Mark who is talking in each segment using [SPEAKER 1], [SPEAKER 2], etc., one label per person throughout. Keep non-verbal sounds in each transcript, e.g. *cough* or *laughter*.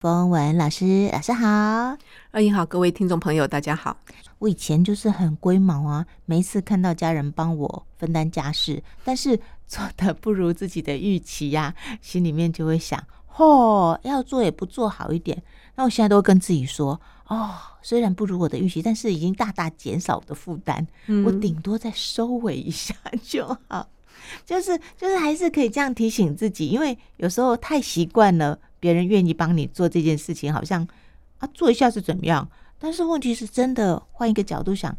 [SPEAKER 1] 风文老师，老师好。
[SPEAKER 2] 二英好，各位听众朋友，大家好。
[SPEAKER 1] 我以前就是很龟毛啊，每一次看到家人帮我分担家事，但是做的不如自己的预期呀、 *laughs* 心里面就会想，哦，要做也不做好一点。那我现在都会跟自己说，哦，虽然不如我的预期，但是已经大大减少我的负担，
[SPEAKER 2] 嗯
[SPEAKER 1] 我顶多再收尾一下 *laughs* 就好。就是就是还是可以这样提醒自己，因为有时候太习惯了，别人愿意帮你做这件事情，好像啊做一下是怎么样？但是问题是真的，换一个角度想，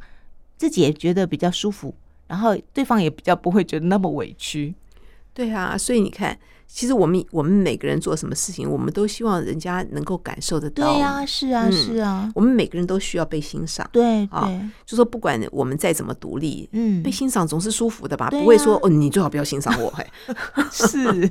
[SPEAKER 1] 自己也觉得比较舒服，然后对方也比较不会觉得那么委屈。
[SPEAKER 2] 对啊，所以你看，其实我们我们每个人做什么事情，我们都希望人家能够感受得
[SPEAKER 1] 对
[SPEAKER 2] 到。
[SPEAKER 1] 啊，是啊，
[SPEAKER 2] 嗯
[SPEAKER 1] 是啊，
[SPEAKER 2] 我们每个人都需要被欣赏。
[SPEAKER 1] 对
[SPEAKER 2] 啊
[SPEAKER 1] 对，
[SPEAKER 2] 就说不管我们再怎么独立，
[SPEAKER 1] 嗯 *laughs*
[SPEAKER 2] 被，欣赏总是舒服的吧？
[SPEAKER 1] 对啊
[SPEAKER 2] 不会说哦，你最好不要欣赏我。嘿，
[SPEAKER 1] 是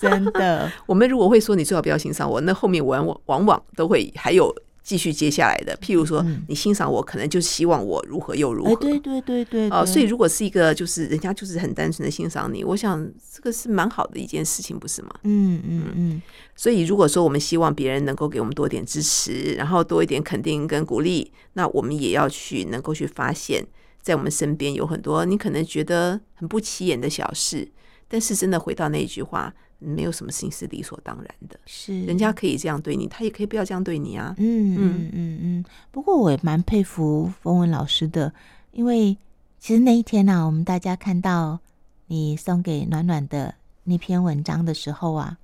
[SPEAKER 1] 真的，
[SPEAKER 2] 我们如果会说你最好不要欣赏我，那后面往往往往都会还有继续接下来的。譬如说，
[SPEAKER 1] 嗯
[SPEAKER 2] 你欣赏我，可能就希望我如何 *laughs* 又如何。
[SPEAKER 1] 哎，对对对对，
[SPEAKER 2] 哦，
[SPEAKER 1] 对
[SPEAKER 2] 所以如果是一个就是人家就是很单纯的欣赏你，我想这个是蛮好的一件事情，不是吗？
[SPEAKER 1] 嗯嗯嗯，
[SPEAKER 2] 所以如果说我们希望别人能够给我们多点支持，然后多一点肯定跟鼓励，那我们也要去能够去发现，在我们身边有很多你可能觉得很不起眼的小事，但是真的回到那一句话，没有什么事情是理所当然的。
[SPEAKER 1] 是
[SPEAKER 2] 人家可以这样对你，他也可以不要这样对你啊。
[SPEAKER 1] 嗯嗯
[SPEAKER 2] 嗯
[SPEAKER 1] 嗯嗯。不过我也蛮佩服冯文老师的，因为其实那一天啊，我们大家看到你送给暖暖的那篇文章的时候啊，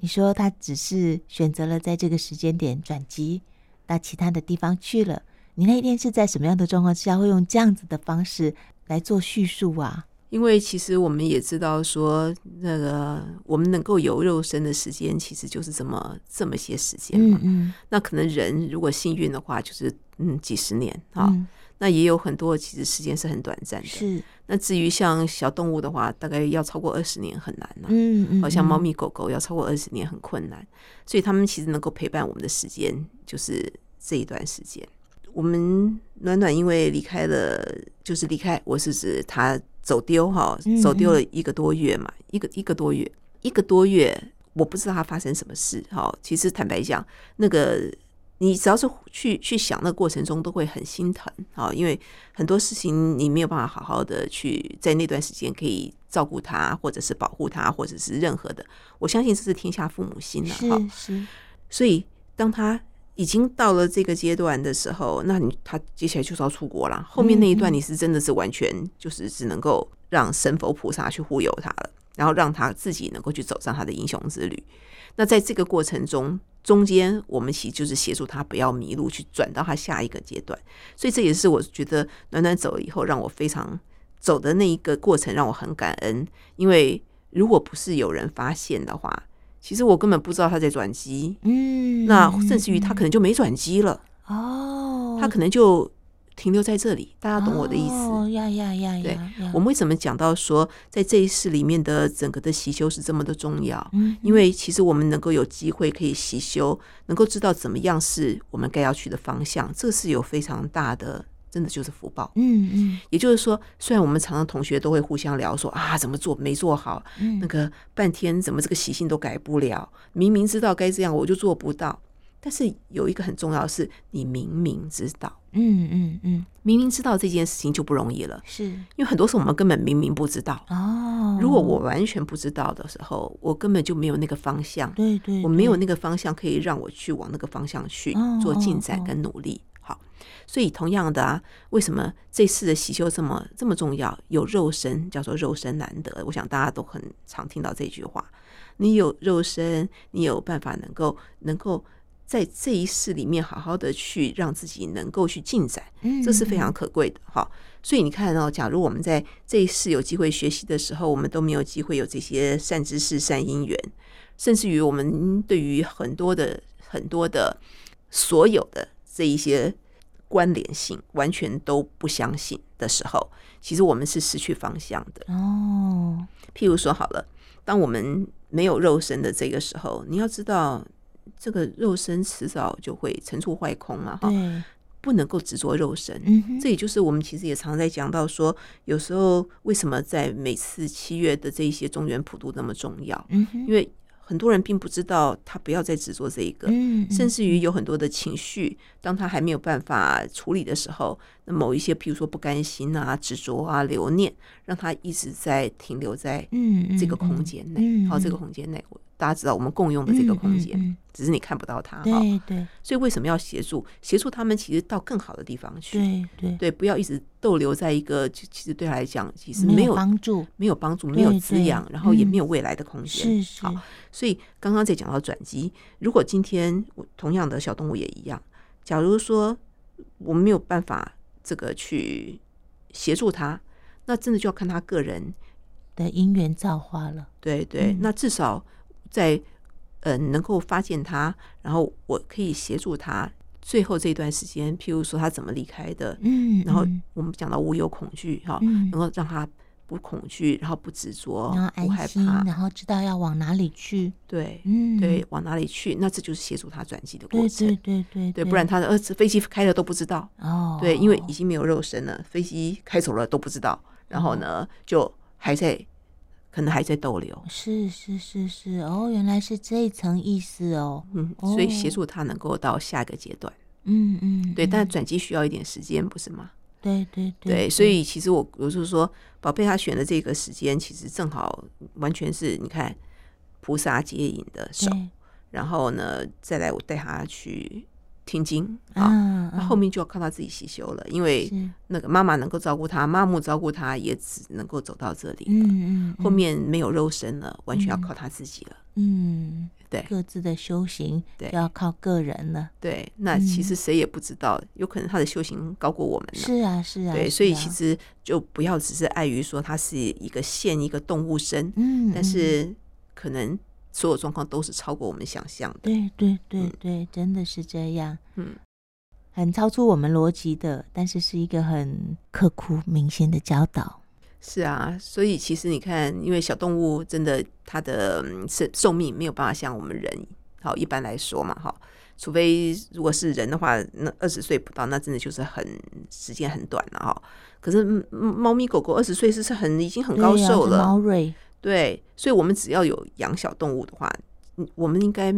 [SPEAKER 1] 你说他只是选择了在这个时间点转机，到其他的地方去了。你那一天是在什么样的状况之下会用这样子的方式来做叙述啊？
[SPEAKER 2] 因为其实我们也知道说，那个我们能够有肉身的时间，其实就是这么这么些时间
[SPEAKER 1] 嗯
[SPEAKER 2] 嘛。
[SPEAKER 1] 嗯
[SPEAKER 2] 那可能人如果幸运的话，就是嗯几十年啊。
[SPEAKER 1] 嗯，
[SPEAKER 2] 那也有很多其实时间是很短暂的。
[SPEAKER 1] 是
[SPEAKER 2] 那至于像小动物的话，大概要超过二十年很难了、
[SPEAKER 1] 嗯嗯，
[SPEAKER 2] 好像猫
[SPEAKER 1] 嗯
[SPEAKER 2] 咪、狗狗要超过二十年很困难，所以它们其实能够陪伴我们的时间就是这一段时间。我们暖暖因为离开了，就是离开，我是指他走丢哈
[SPEAKER 1] 嗯，
[SPEAKER 2] 走丢了一个多月嘛，一个一个多月，一个多月，我不知道他发生什么事哈。其实坦白讲，那个你只要是去去想那个过程中，都会很心疼啊，因为很多事情你没有办法好好的去在那段时间可以照顾他，或者是保护他，或者是任何的。我相信这是天下父母心了、哈。
[SPEAKER 1] 嗯是是
[SPEAKER 2] 所以当他已经到了这个阶段的时候，那你他接下来就是要出国啦。后面那一段你是真的是完全就是只能够让神佛菩萨去忽悠他了，然后让他自己能够去走上他的英雄之旅。那在这个过程中，中间我们其实就是协助他不要迷路，去转到他下一个阶段。所以这也是我觉得暖暖走了以后，让我非常走的那一个过程让我很感恩，因为如果不是有人发现的话，其实我根本不知道他在转机，
[SPEAKER 1] 嗯，
[SPEAKER 2] 那
[SPEAKER 1] 嗯
[SPEAKER 2] 甚至于他可能就没转机了，
[SPEAKER 1] 哦，
[SPEAKER 2] 他可能就停留在这里。大家懂我的意思？
[SPEAKER 1] 哦，呀呀呀
[SPEAKER 2] 对
[SPEAKER 1] 呀！呀
[SPEAKER 2] 我们为什么讲到说，在这一世里面的整个的习修是这么的重要？
[SPEAKER 1] 嗯，
[SPEAKER 2] 因为其实我们能够有机会可以习修，能够知道怎么样是我们该要去的方向，这是有非常大的，真的就是福报。
[SPEAKER 1] 嗯嗯
[SPEAKER 2] 也就是说，虽然我们常常同学都会互相聊说啊，怎么做没做好，
[SPEAKER 1] 嗯，
[SPEAKER 2] 那个半天怎么这个习性都改不了，明明知道该这样，我就做不到。但是有一个很重要的是，你明明知道，
[SPEAKER 1] 嗯嗯嗯
[SPEAKER 2] 明明知道这件事情就不容易了，
[SPEAKER 1] 是
[SPEAKER 2] 因为很多时候我们根本明明不知道。
[SPEAKER 1] 哦。
[SPEAKER 2] 如果我完全不知道的时候，我根本就没有那个方向，
[SPEAKER 1] 对对，
[SPEAKER 2] 我没有
[SPEAKER 1] 对
[SPEAKER 2] 那个方向可以让我去往那个方向去
[SPEAKER 1] 嗯哦
[SPEAKER 2] 做进
[SPEAKER 1] 哦
[SPEAKER 2] 展
[SPEAKER 1] 哦
[SPEAKER 2] 跟努力。好，所以同样的啊，为什么这次的喜修这么这么重要？有肉身叫做肉身难得，我想大家都很常听到这句话。你有肉身，你有办法能够能够在这一世里面好好的去让自己能够去进展，
[SPEAKER 1] 嗯
[SPEAKER 2] 这是非常可贵的哈。所以你看哦，假如我们在这一世有机会学习的时候，我们都没有机会有这些善知识、善因缘，甚至于我们对于很多的很多的所有的这一些关联性完全都不相信的时候，其实我们是失去方向的。
[SPEAKER 1] 哦，
[SPEAKER 2] 譬如说好了，当我们没有肉身的这个时候，你要知道，这个肉身迟早就会层出坏空嘛，哈
[SPEAKER 1] 对，，
[SPEAKER 2] 不能够执着肉身。
[SPEAKER 1] 嗯哼，
[SPEAKER 2] 这也就是我们其实也常在讲到说，有时候为什么在每次七月的这一些中原普渡那么重要，
[SPEAKER 1] 嗯哼，
[SPEAKER 2] 因为很多人并不知道他不要再执着这一个，
[SPEAKER 1] 嗯，
[SPEAKER 2] 甚
[SPEAKER 1] 嗯
[SPEAKER 2] 至于有很多的情绪，当他还没有办法处理的时候，那某一些，譬如说不甘心啊、执着啊、留念，让他一直在停留在
[SPEAKER 1] 嗯嗯
[SPEAKER 2] 这个空间内。
[SPEAKER 1] 嗯
[SPEAKER 2] 好，这个空间内，我大家知道我们共用的这个空间，啊
[SPEAKER 1] 嗯嗯嗯
[SPEAKER 2] 只是你看不到它哈。
[SPEAKER 1] 对对
[SPEAKER 2] 所以为什么要协助？协助他们其实到更好的地方去。
[SPEAKER 1] 对对，
[SPEAKER 2] 对，不要一直逗留在一个，其其实对他来讲，其实
[SPEAKER 1] 没
[SPEAKER 2] 没有
[SPEAKER 1] 帮助，
[SPEAKER 2] 没有帮助，
[SPEAKER 1] 对
[SPEAKER 2] 没有滋养，
[SPEAKER 1] 对
[SPEAKER 2] 然后也
[SPEAKER 1] 嗯
[SPEAKER 2] 没有未来的空间。
[SPEAKER 1] 是是，
[SPEAKER 2] 好所以刚刚在讲到转机，如果今天我同样的小动物也一样，假如说我们没有办法这个去协助他，那真的就要看他个人。
[SPEAKER 1] 的因缘造化了，
[SPEAKER 2] 对对，
[SPEAKER 1] 嗯
[SPEAKER 2] 那至少在呃能够发现他，然后我可以协助他。最后这段时间，譬如说他怎么离开的，
[SPEAKER 1] 嗯，
[SPEAKER 2] 然后
[SPEAKER 1] 嗯
[SPEAKER 2] 我们讲到无忧恐惧哈，
[SPEAKER 1] 嗯
[SPEAKER 2] 能够让他不恐惧，然后不执着
[SPEAKER 1] 然后，
[SPEAKER 2] 不害
[SPEAKER 1] 安心，
[SPEAKER 2] 怕，
[SPEAKER 1] 然后知道要往哪里去，
[SPEAKER 2] 对、
[SPEAKER 1] 嗯，
[SPEAKER 2] 对，往哪里去？那这就是协助他转机的过
[SPEAKER 1] 对
[SPEAKER 2] 程。
[SPEAKER 1] 对对对
[SPEAKER 2] 对不然他的呃，这飞机开了都不知道，
[SPEAKER 1] 哦，
[SPEAKER 2] 对，因为已经没有肉身了，飞机开走了都不知道，
[SPEAKER 1] 哦
[SPEAKER 2] 然后呢，就还在，可能还在逗留，
[SPEAKER 1] 是是是是，哦，原来是这一层意思哦，
[SPEAKER 2] 嗯，所以协
[SPEAKER 1] 哦
[SPEAKER 2] 助他能够到下一个阶段，
[SPEAKER 1] 嗯嗯，
[SPEAKER 2] 对，
[SPEAKER 1] 嗯
[SPEAKER 2] 但转机需要一点时间，不是吗？
[SPEAKER 1] 对对
[SPEAKER 2] 对，所以其实我我就是说，宝贝他选的这个时间，其实正好完全是你看菩萨接引的手，
[SPEAKER 1] 对
[SPEAKER 2] 然后呢，再来我带他去听经啊，
[SPEAKER 1] 啊，
[SPEAKER 2] 那后面就要靠他自己习修了，因为
[SPEAKER 1] 是
[SPEAKER 2] 那个妈妈能够照顾他，妈木照顾他，也只能够走到这里了。
[SPEAKER 1] 嗯嗯，
[SPEAKER 2] 后面没有肉身了，完全要
[SPEAKER 1] 嗯
[SPEAKER 2] 靠他自己了。
[SPEAKER 1] 嗯，
[SPEAKER 2] 对
[SPEAKER 1] 各自的修行
[SPEAKER 2] 对
[SPEAKER 1] 就要靠个人了。
[SPEAKER 2] 对，那
[SPEAKER 1] 嗯
[SPEAKER 2] 其实谁也不知道，有可能他的修行高过我们呢。
[SPEAKER 1] 是啊，是啊，
[SPEAKER 2] 对，
[SPEAKER 1] 是
[SPEAKER 2] 所以
[SPEAKER 1] 啊
[SPEAKER 2] 其实就不要只是碍于说他是一个现一个动物身，
[SPEAKER 1] 嗯，
[SPEAKER 2] 但
[SPEAKER 1] 嗯
[SPEAKER 2] 是可能所有状况都是超过我们想象的。
[SPEAKER 1] 对对对
[SPEAKER 2] 嗯
[SPEAKER 1] 对，真的是这样，
[SPEAKER 2] 嗯，
[SPEAKER 1] 很超出我们逻辑的，但是是一个很刻苦铭心的教导。
[SPEAKER 2] 是啊，所以其实你看，因为小动物真的它的嗯寿寿命没有办法像我们人好一般来说嘛，哈，除非如果是人的话，那二十岁不到，那真的就是很时间很短了哈。可是嗯猫咪狗狗二十岁是是很已经很
[SPEAKER 1] 对
[SPEAKER 2] 高
[SPEAKER 1] 呀
[SPEAKER 2] 寿
[SPEAKER 1] 是
[SPEAKER 2] 了，
[SPEAKER 1] 猫瑞，
[SPEAKER 2] 对，所以我们只要有养小动物的话，嗯我们应该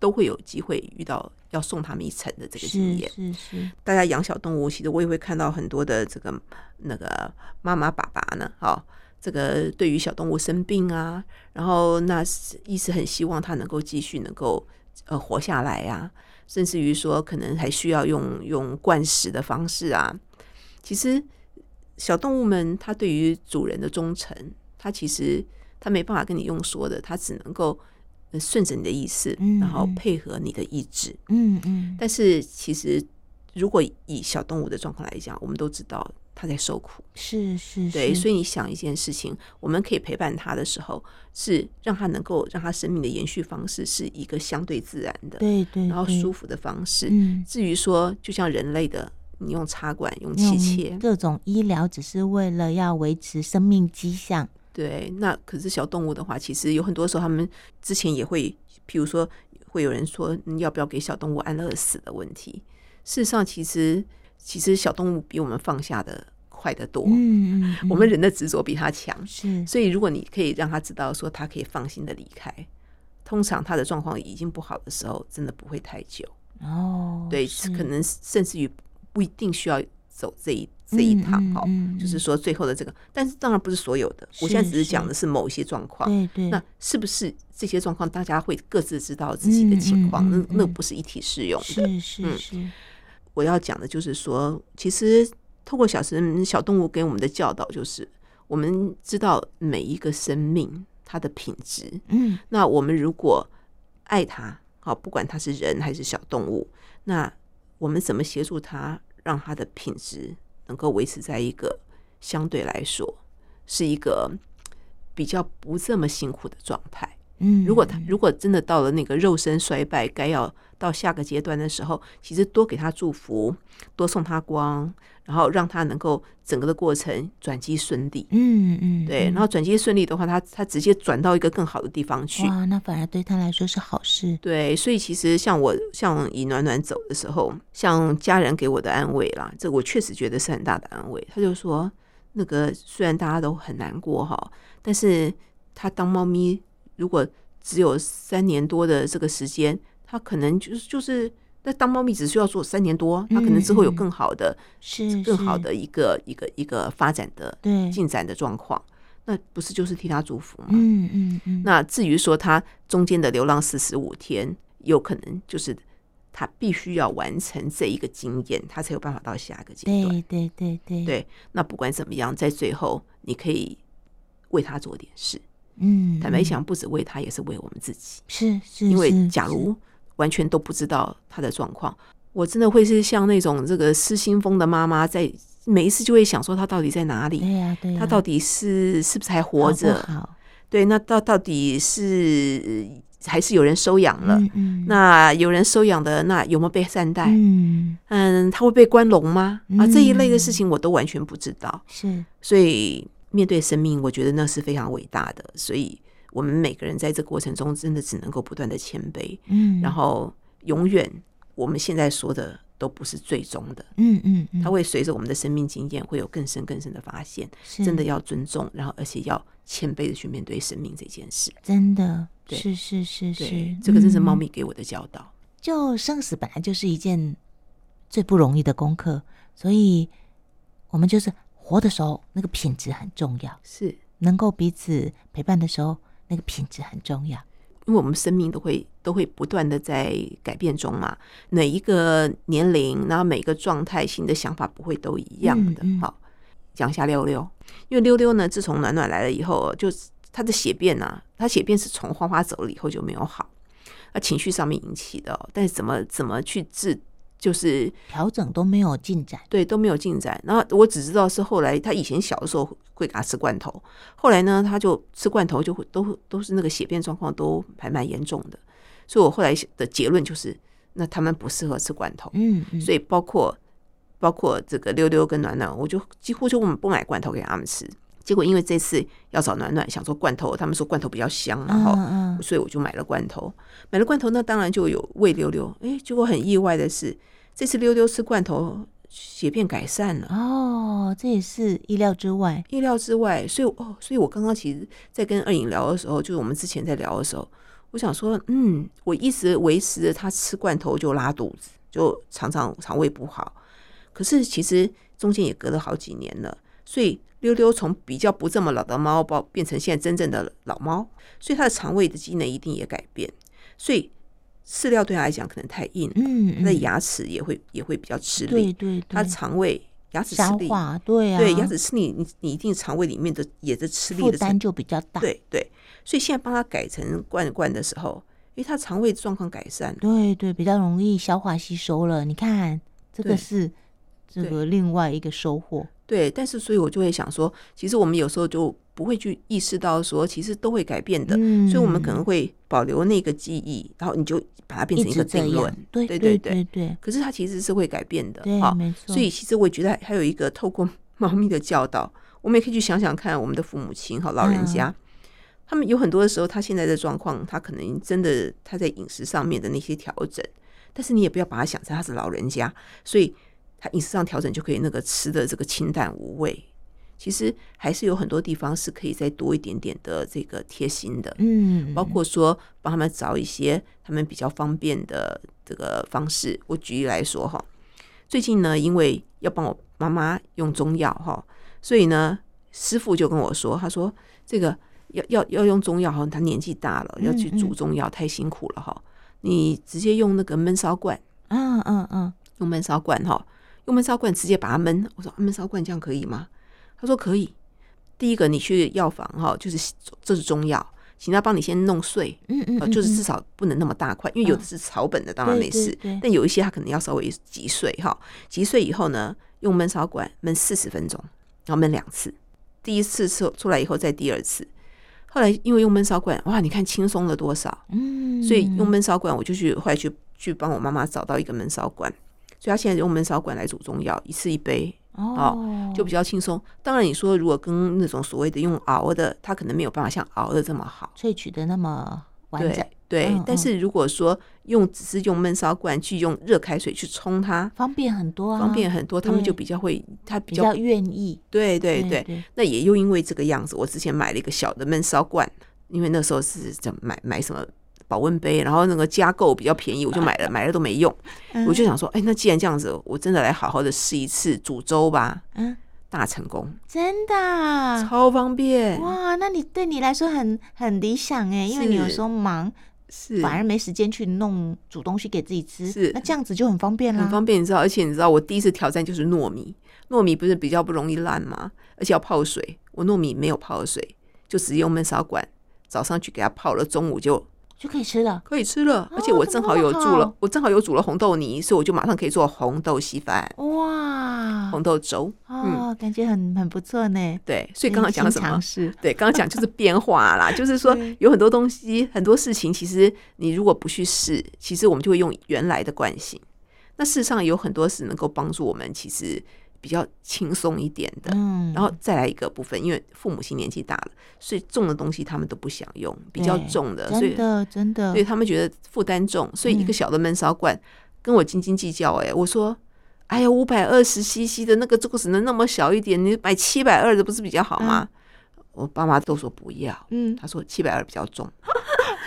[SPEAKER 2] 都会有机会遇到要送他们一程的这个经
[SPEAKER 1] 是
[SPEAKER 2] 验。
[SPEAKER 1] 是是，
[SPEAKER 2] 大家养小动物，其实我也会看到很多的这个那个妈妈爸爸呢，哈、这个对于小动物生病啊，然后那是一直很希望它能够继续能够呃活下来啊，甚至于说可能还需要用用灌食的方式啊。其实小动物们它对于主人的忠诚，它其实它没办法跟你用说的，它只能够呃顺着你的意思
[SPEAKER 1] 嗯，
[SPEAKER 2] 然后
[SPEAKER 1] 嗯
[SPEAKER 2] 配合你的意志。
[SPEAKER 1] 嗯嗯，
[SPEAKER 2] 但是其实如果以小动物的状况来讲，我们都知道它在受苦，
[SPEAKER 1] 是是
[SPEAKER 2] 对，
[SPEAKER 1] 是
[SPEAKER 2] 所以你想一件事情，我们可以陪伴它的时候，是让它能够让它生命的延续方式是一个相对自然的，
[SPEAKER 1] 对对，
[SPEAKER 2] 然后
[SPEAKER 1] 对
[SPEAKER 2] 舒，服的方式。
[SPEAKER 1] 嗯，
[SPEAKER 2] 至于说，就像人类的，你用插管、用器
[SPEAKER 1] 用
[SPEAKER 2] 械，
[SPEAKER 1] 各种医疗只是为了要维持生命迹象，
[SPEAKER 2] 对，那可是小动物的话，其实有很多时候他们之前也会，譬如说会有人说嗯要不要给小动物安乐死的问题。事实上，其实其实小动物比我们放下的快得多，
[SPEAKER 1] 嗯嗯，
[SPEAKER 2] 我
[SPEAKER 1] 嗯
[SPEAKER 2] 们人的执着比它强。
[SPEAKER 1] 是
[SPEAKER 2] 所以，如果你可以让他知道说他可以放心的离开，通常他的状况已经不好的时候，真的不会太久。
[SPEAKER 1] 哦，
[SPEAKER 2] 对，
[SPEAKER 1] 是
[SPEAKER 2] 可能甚至于不一定需要走这一这一趟
[SPEAKER 1] 嗯
[SPEAKER 2] 哈、
[SPEAKER 1] 嗯嗯
[SPEAKER 2] 就是
[SPEAKER 1] 嗯
[SPEAKER 2] 说最后的这个，但是当然不是所有的，我现在
[SPEAKER 1] 是
[SPEAKER 2] 只是讲
[SPEAKER 1] 是
[SPEAKER 2] 的是某一些状况。
[SPEAKER 1] 对对，
[SPEAKER 2] 那是不是这些状况大家会各自知道自己的情况？
[SPEAKER 1] 嗯嗯嗯
[SPEAKER 2] 那那
[SPEAKER 1] 嗯
[SPEAKER 2] 不是一体适用的。
[SPEAKER 1] 是是
[SPEAKER 2] 嗯
[SPEAKER 1] 是，
[SPEAKER 2] 我要讲的就是说，其实透过小生小动物给我们的教导，就是我们知道每一个生命它的品质。
[SPEAKER 1] 嗯，
[SPEAKER 2] 那我们如果爱它，好，不管它是人还是小动物，那我们怎么协助它，让它的品质能够维持在一个相对来说是一个比较不这么辛苦的状态？
[SPEAKER 1] 嗯，
[SPEAKER 2] 如果他
[SPEAKER 1] 嗯
[SPEAKER 2] 如果真的到了那个肉身衰败，该要到下个阶段的时候，其实多给他祝福，多送他光，然后让他能够整个的过程转机顺利。
[SPEAKER 1] 嗯嗯，
[SPEAKER 2] 对，
[SPEAKER 1] 嗯
[SPEAKER 2] 然后转机顺利的话，他他直接转到一个更好的地方去。
[SPEAKER 1] 哇，那反而对他来说是好事，
[SPEAKER 2] 对，所以其实像我像以暖暖走的时候，像家人给我的安慰啦，这我确实觉得是很大的安慰。他就说，那个虽然大家都很难过哈，但是他当猫咪如果只有三年多的这个时间，他可能就是就是那当猫咪只需要做三年多，他可能之后有更好的、
[SPEAKER 1] 是
[SPEAKER 2] 更
[SPEAKER 1] 嗯
[SPEAKER 2] 好
[SPEAKER 1] 是
[SPEAKER 2] 的一个一个一个发展的
[SPEAKER 1] 对，
[SPEAKER 2] 进展的状况，那不是就是替他祝福吗？
[SPEAKER 1] 嗯嗯嗯，
[SPEAKER 2] 那至于说他中间的流浪四十五天，有可能就是他必须要完成这一个经验，他才有办法到下一个阶段。
[SPEAKER 1] 对对对对
[SPEAKER 2] 对那不管怎么样，在最后你可以为他做点事。
[SPEAKER 1] 嗯，
[SPEAKER 2] 坦白
[SPEAKER 1] 嗯，
[SPEAKER 2] 想，不止为他，也是为我们自己。
[SPEAKER 1] 是是，
[SPEAKER 2] 因为
[SPEAKER 1] 是
[SPEAKER 2] 假
[SPEAKER 1] 是
[SPEAKER 2] 如完全都不知道他的状况，我真的会是像那种这个失心疯的妈妈，在每一次就会想说他到底在哪里，
[SPEAKER 1] 对呀对呀，
[SPEAKER 2] 他到底是是不是还
[SPEAKER 1] 好
[SPEAKER 2] 活
[SPEAKER 1] 不
[SPEAKER 2] 着？
[SPEAKER 1] 好
[SPEAKER 2] 对，那到到底是呃还是有人收养了？
[SPEAKER 1] 嗯嗯，
[SPEAKER 2] 那有人收养的，那有没有被善待？嗯
[SPEAKER 1] 嗯
[SPEAKER 2] 他会被关笼吗？啊，
[SPEAKER 1] 嗯
[SPEAKER 2] 这一类的事情我都完全不知道。
[SPEAKER 1] 是
[SPEAKER 2] 所以面对生命，我觉得那是非常伟大的。所以我们每个人在这过程中，真的只能够不断的谦卑，
[SPEAKER 1] 嗯，
[SPEAKER 2] 然后永远我们现在说的都不是最终的，
[SPEAKER 1] 嗯嗯嗯，
[SPEAKER 2] 它会随着我们的生命经验，会有更深更深的发现。
[SPEAKER 1] 是
[SPEAKER 2] 真的要尊重，然后而且要谦卑的去面对生命这件事。
[SPEAKER 1] 真的
[SPEAKER 2] 对
[SPEAKER 1] 是是是
[SPEAKER 2] 对
[SPEAKER 1] 是，，
[SPEAKER 2] 这个真是
[SPEAKER 1] 嗯
[SPEAKER 2] 猫咪给我的教导。
[SPEAKER 1] 就生死本来就是一件最不容易的功课，所以我们就是活的时候那个品质很重要，
[SPEAKER 2] 是
[SPEAKER 1] 能够彼此陪伴的时候那个品质很重要。
[SPEAKER 2] 因为我们生命都会都会不断的在改变中嘛，每一个年龄，然后每个状态，新的想法不会都一样的。
[SPEAKER 1] 嗯嗯
[SPEAKER 2] 好，讲一下溜溜，因为溜溜呢，自从暖暖来了以后，就是他的血便啊，他血便是从花花走了以后就没有好，那情绪上面引起的哦、但是怎么怎么去治，就是
[SPEAKER 1] 调整都没有进展，
[SPEAKER 2] 对，都没有进展。然后我只知道是后来他以前小的时候会给他吃罐头，后来呢，他就吃罐头就会都都是那个血便状况都还蛮严重的。所以我后来的结论就是，那他们不适合吃罐头。
[SPEAKER 1] 嗯嗯，
[SPEAKER 2] 所以包括包括这个溜溜跟暖暖，我就几乎就我们不买罐头给他们吃。结果因为这次要找暖暖，想说罐头，他们说罐头比较香嘛，
[SPEAKER 1] 嗯
[SPEAKER 2] 哈、
[SPEAKER 1] 嗯
[SPEAKER 2] 所以我就买了罐头。买了罐头，那当然就有喂溜溜。哎，结果很意外的是，这次溜溜吃罐头血便改善了，
[SPEAKER 1] 哦，这也是意料之外，
[SPEAKER 2] 意料之外。所以哦，所以我刚刚其实，在跟二颖聊的时候，就是我们之前在聊的时候，我想说，嗯，我一直维持着他吃罐头就拉肚子，就常常肠胃不好。可是其实中间也隔了好几年了，所以溜溜从比较不这么老的猫包变成现在真正的老猫，所以它的肠胃的机能一定也改变，所以饲料对它来讲可能太硬，
[SPEAKER 1] 嗯，
[SPEAKER 2] 它的
[SPEAKER 1] 嗯
[SPEAKER 2] 牙齿也会也会比较吃
[SPEAKER 1] 对
[SPEAKER 2] 力，
[SPEAKER 1] 对对，
[SPEAKER 2] 它肠胃牙齿吃
[SPEAKER 1] 消
[SPEAKER 2] 力，
[SPEAKER 1] 化对啊，
[SPEAKER 2] 对牙齿吃力，你你一定肠胃里面的也是吃力
[SPEAKER 1] 负
[SPEAKER 2] 的
[SPEAKER 1] 担就比较大，
[SPEAKER 2] 对对，所以现在帮它改成罐罐的时候，因为它肠胃状况改善了，
[SPEAKER 1] 对对，比较容易消化吸收了。你看，这个
[SPEAKER 2] 对
[SPEAKER 1] 是这
[SPEAKER 2] 对
[SPEAKER 1] 个另外一个收获。
[SPEAKER 2] 对，但是所以我就会想说，其实我们有时候就不会去意识到说，其实都会改变的，
[SPEAKER 1] 嗯
[SPEAKER 2] 所以我们可能会保留那个记忆，然后你就把它变
[SPEAKER 1] 一
[SPEAKER 2] 成一
[SPEAKER 1] 直
[SPEAKER 2] 个
[SPEAKER 1] 这
[SPEAKER 2] 定论
[SPEAKER 1] 样，，对
[SPEAKER 2] 对
[SPEAKER 1] 对
[SPEAKER 2] 对
[SPEAKER 1] 对对
[SPEAKER 2] 可是它其实是会改变的，
[SPEAKER 1] 对，
[SPEAKER 2] 好
[SPEAKER 1] 没错。
[SPEAKER 2] 所以其实我觉得还有一个透过 *laughs* 猫咪的教导，我们也可以去想想看，我们的父母亲哈老人家，他们有很多的时候，他现在的状况，他可能真的他在饮食上面的那些调整，但是你也不要把他想成他是老人家，所以他饮食上调整就可以那个吃的这个清淡无味。其实还是有很多地方是可以再多一点点的这个贴心的，
[SPEAKER 1] 嗯，
[SPEAKER 2] 包括说帮他们找一些他们比较方便的这个方式。我举例来说哈，最近呢，因为要帮我妈妈用中药哈，所以呢，师傅就跟我说，他说这个要要要用中药哈，他年纪大了，要去
[SPEAKER 1] 嗯嗯
[SPEAKER 2] 煮中药太辛苦了哈，你直接用那个焖烧罐，
[SPEAKER 1] 嗯嗯嗯，
[SPEAKER 2] 用焖烧罐哈，用焖烧罐直接把它焖。我说啊焖烧罐这样可以吗？他说可以。第一个你去药房哈，就是这是中药，请他帮你先弄碎，
[SPEAKER 1] 嗯嗯
[SPEAKER 2] 呃，
[SPEAKER 1] 嗯，
[SPEAKER 2] 就是
[SPEAKER 1] 嗯
[SPEAKER 2] 至少不能那么大块，因为有的是草本的，当然
[SPEAKER 1] 对
[SPEAKER 2] 没
[SPEAKER 1] 对
[SPEAKER 2] 事
[SPEAKER 1] 对，
[SPEAKER 2] 但有一些它可能要稍微击碎哈。击碎以后呢，用焖烧管焖四十分钟，然后焖两次，第一次出出来以后再第二次。后来因为用焖烧罐，哇，你看轻松了多少，
[SPEAKER 1] 嗯，
[SPEAKER 2] 所以用焖烧罐，我就去后来去去帮我妈妈找到一个焖烧罐，所以她现在用焖烧罐来煮中药，一次一杯，
[SPEAKER 1] 哦
[SPEAKER 2] 就比较轻松。当然，你说如果跟那种所谓的用熬的，它可能没有办法像熬的这么好，
[SPEAKER 1] 萃取的那么完
[SPEAKER 2] 对
[SPEAKER 1] 整，
[SPEAKER 2] 对。
[SPEAKER 1] 嗯
[SPEAKER 2] 但是如果说用只是用焖烧罐去用热开水去冲它，
[SPEAKER 1] 方便很多啊，
[SPEAKER 2] 方便很多，他们就
[SPEAKER 1] 对
[SPEAKER 2] 比较会，它比
[SPEAKER 1] 比
[SPEAKER 2] 较
[SPEAKER 1] 较愿意。
[SPEAKER 2] 对对
[SPEAKER 1] 对
[SPEAKER 2] 对。
[SPEAKER 1] 对，
[SPEAKER 2] 那也又因为这个样子，我之前买了一个小的焖烧罐，因为那时候是怎么买买什么保温杯，然后那个加购比较便宜，我就买了，买了都没用，
[SPEAKER 1] 嗯
[SPEAKER 2] 我就想说，哎、那既然这样子，我真的来好好的试一次煮粥吧，
[SPEAKER 1] 嗯，
[SPEAKER 2] 大成功，
[SPEAKER 1] 真的啊
[SPEAKER 2] 超方便，
[SPEAKER 1] 哇，那你对你来说很很理想哎，因为你有
[SPEAKER 2] 是
[SPEAKER 1] 时候忙，
[SPEAKER 2] 是
[SPEAKER 1] 反而没时间去弄煮东西给自己吃，
[SPEAKER 2] 是
[SPEAKER 1] 那这样子就很方便啦。
[SPEAKER 2] 很方便，你知道，而且你知道，我第一次挑战就是糯米，糯米不是比较不容易烂吗？而且要泡水，我糯米没有泡水，就直接用焖烧管，早上去给它泡了，中午就
[SPEAKER 1] 就可以吃了。
[SPEAKER 2] 可以吃了。而且
[SPEAKER 1] 哦
[SPEAKER 2] 我
[SPEAKER 1] 怎
[SPEAKER 2] 正
[SPEAKER 1] 么
[SPEAKER 2] 好
[SPEAKER 1] 那么
[SPEAKER 2] 有煮了
[SPEAKER 1] 好，
[SPEAKER 2] 我正好有煮了红豆泥，所以我就马上可以做红豆稀饭、
[SPEAKER 1] 哇，
[SPEAKER 2] 红豆粥。嗯
[SPEAKER 1] 哦，感觉很很不错呢。
[SPEAKER 2] 对，所以刚刚讲了什
[SPEAKER 1] 新
[SPEAKER 2] 么
[SPEAKER 1] 尝？试，
[SPEAKER 2] 对，刚刚讲就是变化啦，就是说
[SPEAKER 1] 对
[SPEAKER 2] 有很多东西，很多事情，其实你如果不去试，其实我们就会用原来的惯性。那事实上有很多是能够帮助我们，其实比较轻松一点的。
[SPEAKER 1] 嗯，
[SPEAKER 2] 然后再来一个部分，因为父母亲年纪大了，所以重的东西他们都不想用，比较
[SPEAKER 1] 对
[SPEAKER 2] 重呃的，所
[SPEAKER 1] 真
[SPEAKER 2] 以
[SPEAKER 1] 的真的
[SPEAKER 2] 所以，他们觉得负担重，所以一个
[SPEAKER 1] 嗯
[SPEAKER 2] 小的焖烧罐跟我斤斤计较、哎，我说。哎呀，五百二十 CC 的那个，这个只能那么小一点，你买七百二的不是比较好吗？我爸妈都说不要，
[SPEAKER 1] 嗯，
[SPEAKER 2] 他说七百二比较重，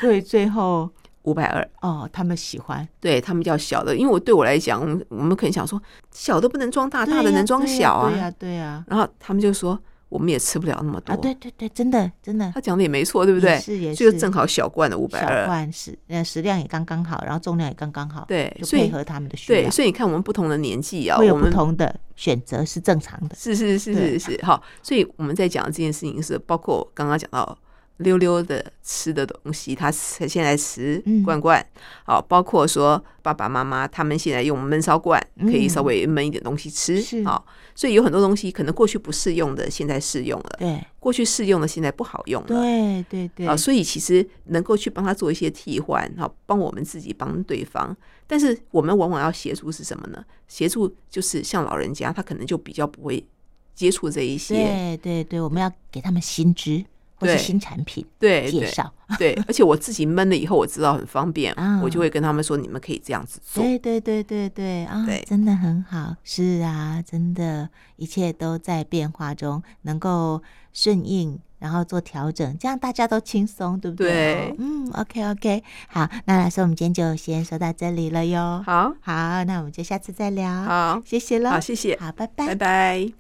[SPEAKER 1] 所以最后
[SPEAKER 2] 五百二
[SPEAKER 1] 哦，他们喜欢，
[SPEAKER 2] 对他们叫小的，因为我对我来讲，我们我们可能想说小的不能装大，
[SPEAKER 1] 对
[SPEAKER 2] 大啊的
[SPEAKER 1] 呀
[SPEAKER 2] 能装
[SPEAKER 1] 对呀
[SPEAKER 2] 小啊。
[SPEAKER 1] 对呀对呀，
[SPEAKER 2] 然后他们就说我们也吃不了那么多，
[SPEAKER 1] 啊，对对对，真的真的，
[SPEAKER 2] 哦他讲的也没错，对不对
[SPEAKER 1] 也？是也
[SPEAKER 2] 所以
[SPEAKER 1] 是，
[SPEAKER 2] 就正好小罐的五百
[SPEAKER 1] 小
[SPEAKER 2] 二，
[SPEAKER 1] 罐食呃食量也刚刚好，然后重量也刚刚好，，
[SPEAKER 2] 对，
[SPEAKER 1] 就
[SPEAKER 2] 所
[SPEAKER 1] 配
[SPEAKER 2] 以
[SPEAKER 1] 合他们的需
[SPEAKER 2] 对，
[SPEAKER 1] 要，
[SPEAKER 2] 所以你看我们不同的年纪啊，
[SPEAKER 1] 会有
[SPEAKER 2] 我
[SPEAKER 1] 不
[SPEAKER 2] 们
[SPEAKER 1] 同的选择是正常的，
[SPEAKER 2] 是是是
[SPEAKER 1] 对
[SPEAKER 2] 是是，好，所以我们在讲这件事情是包括我刚刚讲到溜溜的吃的东西，他吃现在吃
[SPEAKER 1] 嗯
[SPEAKER 2] 罐罐，好，包括说爸爸妈妈他们现在用焖烧罐，可以
[SPEAKER 1] 嗯
[SPEAKER 2] 稍微焖一点东西吃，
[SPEAKER 1] 是
[SPEAKER 2] 好，所以有很多东西可能过去不适用的，现在适用了；
[SPEAKER 1] 对
[SPEAKER 2] 过去适用的，现在不好用了。
[SPEAKER 1] 对对对
[SPEAKER 2] 啊，，所以其实能够去帮他做一些替换，好，帮我们自己帮对方。但是我们往往要协助是什么呢？协助就是像老人家，他可能就比较不会接触这一些，
[SPEAKER 1] 对对对，我们要给他们新知或是
[SPEAKER 2] 对哎
[SPEAKER 1] 新产品
[SPEAKER 2] 对
[SPEAKER 1] 介
[SPEAKER 2] 对
[SPEAKER 1] 绍，
[SPEAKER 2] 对。而且我自己闷了以后，我知道很方便，
[SPEAKER 1] 啊
[SPEAKER 2] 我就会跟他们说，你们可以这样子做。
[SPEAKER 1] 对对对对对啊
[SPEAKER 2] 对，
[SPEAKER 1] 真的很好。是啊，真的，一切都在变化中，能够顺应，然后做调整，这样大家都轻松，对不对
[SPEAKER 2] 对？
[SPEAKER 1] 嗯，OK OK，好，那老师，我们今天就先说到这里了哟。
[SPEAKER 2] 好，
[SPEAKER 1] 好，那我们就下次再聊。，
[SPEAKER 2] 好，
[SPEAKER 1] 谢谢喽。
[SPEAKER 2] 好，谢谢，
[SPEAKER 1] 好，拜拜
[SPEAKER 2] 拜。拜。